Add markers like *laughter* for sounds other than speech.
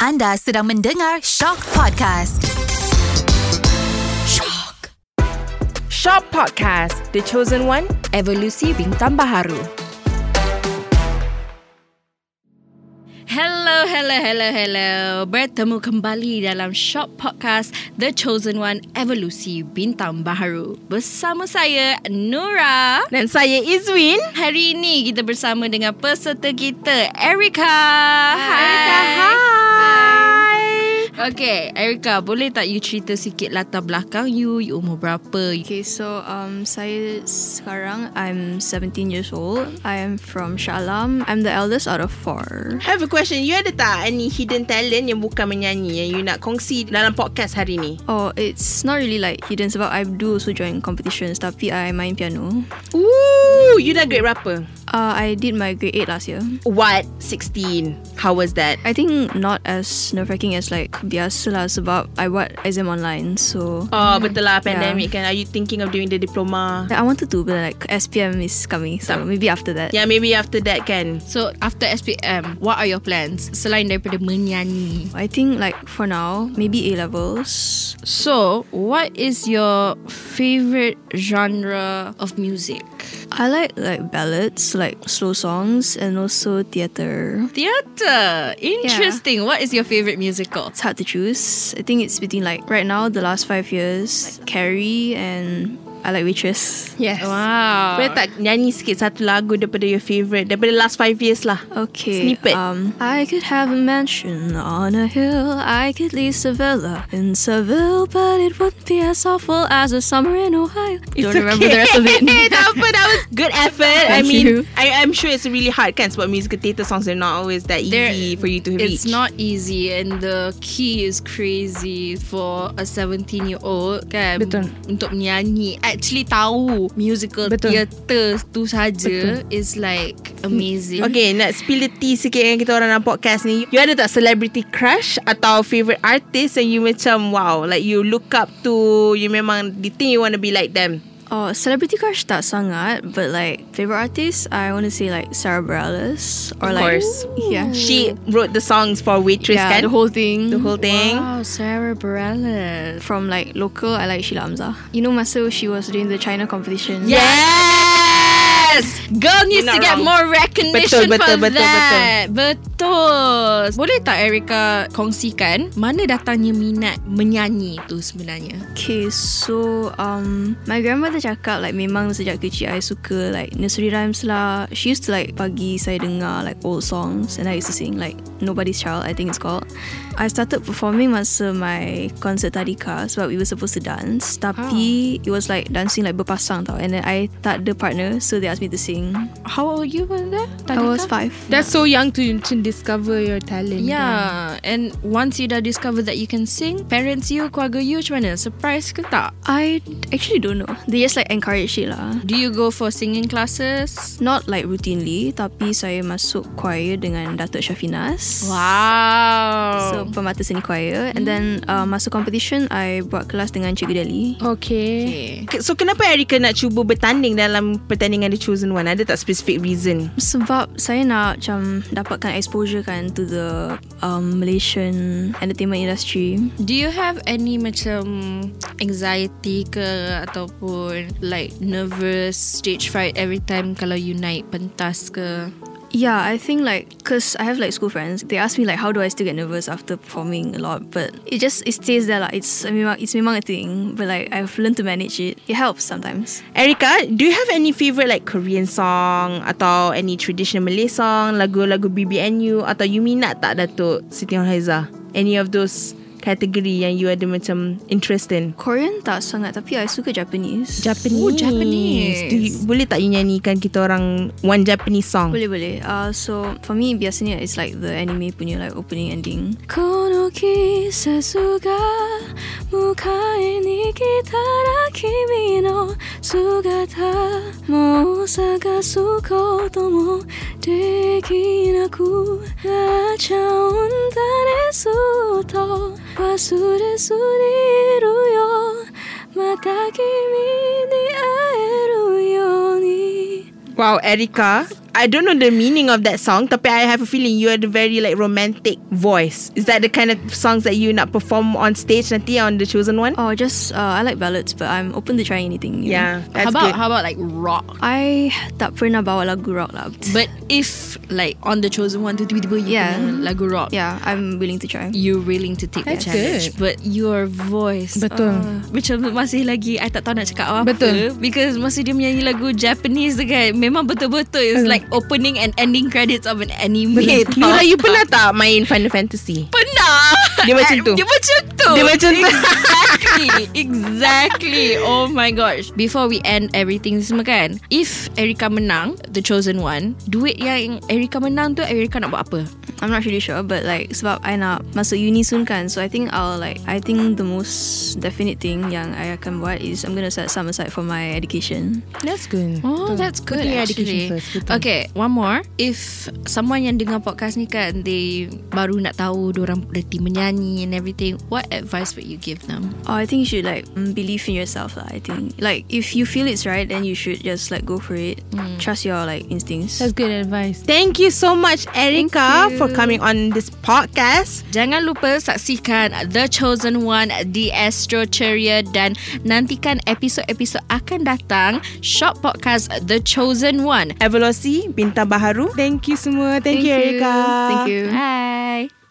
Anda sedang mendengar Shock Podcast. Shock. Shop Podcast, The Chosen One, Evolusi Bintang Baharu. Hello, hello, hello, hello. Bertemu kembali dalam Shop Podcast The Chosen One Evolusi Bintang Baharu. Bersama saya, Nora. Dan saya Izwin. Hari ini kita bersama dengan peserta kita, Erika. Erika, hi. Okay, Erika, boleh tak you cerita sikit latar belakang you? You umur berapa? Okay, so um, saya sekarang I'm 17 years old. I am from Shalam. I'm the eldest out of four. I have a question. You ada tak any hidden talent yang bukan menyanyi yang you nak kongsi dalam podcast hari ni? Oh, it's not really like hidden sebab I do also join competitions tapi I main piano. Ooh, you dah grade berapa? Uh, I did my grade 8 last year. What? 16. How was that? I think not as nerve-wracking as like biasa lah sebab I buat exam online. So Hmm, Oh, betul lah pandemic kan. Are you thinking of doing the diploma? I wanted to but like SPM is coming so maybe after that. Yeah, maybe after that kan. So, after SPM, what are your plans? Selain daripada menyanyi. I think like for now maybe A levels. So, what is your favorite genre of music? I like like ballads, like slow songs and also theater. Theater. Interesting. What is your favorite musical? It's hard to choose. I think it's between like right now the last five years, like Carrie and I like Waitress. Yes. Wow. Boleh tak nyanyi sikit satu lagu daripada your favourite? Daripada last five years lah. Okay. Snippet. Um, I could have a mansion on a hill. I could lease a villa in Seville, but it wouldn't be as awful as a summer in Ohio. Don't remember the rest *laughs* of Eh, it. tak apa. That was good effort. I Thank mean, you. I, I'm sure it's really hard kan sebab musical theatre songs are not always that They're- easy for you to reach. It's not easy and the key is crazy for a 17 year old kan Betul. untuk menyanyi actually tahu musical Betul. theater tu saja is like amazing. Okay, nak spill the tea sikit dengan kita orang dalam podcast ni. You ada tak celebrity crush atau favourite artist yang you macam wow, like you look up to, you memang the thing you want to be like them? Oh, celebrity crush tak sangat, but like favorite artist, I want to say like Sarah Bareilles or Of like course. yeah, She wrote the songs for Waitress yeah, kan? the whole thing. the whole thing. Wow, Sarah Bareilles. from like local, I like Sheila Hamzah. You know, masa she was doing the China competition. Yes! Girl needs You're to not get wrong. more Betul, recognition betul, for betul, that. Betul, betul. Boleh tak Erika kongsikan mana datangnya minat menyanyi tu sebenarnya? Okay, so um, my grandmother cakap like memang sejak kecil I suka like nursery rhymes lah. She used to like pagi saya dengar like old songs and I used to sing like Nobody's Child I think it's called. I started performing masa my concert tadika sebab we were supposed to dance tapi it was like dancing like berpasang tau and then I tak ada partner so they asked me to sing. How old you were there? I was five. That's so young to, to discover your talent. Yeah, Ya, and once you dah discover that you can sing, parents you, keluarga you macam mana? Surprise ke tak? I actually don't know. They just like encouraged it lah. Do you go for singing classes? Not like routinely Tapi saya masuk choir Dengan Datuk Syafinas So Wow. pemata seni choir And then uh, Masuk competition I buat kelas dengan Cikgu Deli Okay. okay. K- So kenapa Erika nak cuba bertanding dalam pertandingan The Chosen One? Ada tak specific reason? Sebab saya nak macam Dapatkan exposure kan To the um, Malaysian Entertainment industry Do you have any macam anxiety ke ataupun like nervous stage fright every time kalau you naik pentas ke? Yeah I think like Cause I have like school friends They ask me like How do I still get nervous After performing a lot But it just It stays there lah It's memang It's memang a thing But like I've learned to manage it It helps sometimes Erika, do you have any favourite like Korean song atau any traditional Malay song, lagu-lagu BBNU atau you minat tak Datuk Siti Nurhaiza? Any of those kategori yang you ada macam interest in? Korean tak sangat Tapi I suka Japanese Japanese. Oh, Japanese. Do you, boleh tak you nyanyikan kita orang one Japanese song? Boleh boleh uh, So for me biasanya It's like the anime punya Like opening ending Kono kisetsu ga Mukae ni kitara Kimi no sugata Mo sagasu koto mo Dekinaku Nachau nda ne suto Wasuresu ni iru yo Mata kimi ni aeru yo ni Wow, Erika, I don't know the meaning of that song Tapi I have a feeling You had a very like romantic voice Is that the kind of songs That you nak perform on stage Nanti on The Chosen Oh, One? Or just uh, I like ballads, but I'm open to trying anything. you know. Yeah how That's about good how about like rock? I tak pernah bawa lagu rock lah. But if like on the chosen one tu tiba-tiba you Yeah. kena lagu rock, yeah, I'm willing to try. you're willing to take That's the challenge. good. But your voice ah, Betul. Macam masih lagi I tak tahu nak cakap apa Betul. Because masa dia menyanyi lagu Japanese tu kan Memang betul-betul It's like opening and ending credits Of an anime *laughs* Nura you pernah tak Main Final Fantasy? Pernah Dia macam tu. Dia macam tu Dia macam tu. Exactly Exactly Oh my gosh Before we end everything ni semua kan If Erika menang The Chosen One Duit yang Erika menang tu Erika nak buat apa? I'm not really sure, but like sebab I nak masuk uni soon kan, so I think I'll like I think the most definite thing yang I akan buat is I'm gonna set some aside for my education. That's good. Oh, that's good Putting actually. education first, betul. okay, one more. If someone yang dengar podcast ni kan, they baru nak tahu orang reti menyanyi and everything, what advice would you give them? Oh, I think you should like mm, believe in yourself lah. I think like if you feel it's right, then you should just like go for it. Trust your like instincts. That's good advice. Thank you so much Erica For coming on this podcast Jangan lupa saksikan The Chosen One di Astro Ceria dan nantikan episod-episod akan datang Shop Podcast The Chosen One. Evolusi Bintang Baharu Thank you semua Thank, you Erika Thank you. Bye.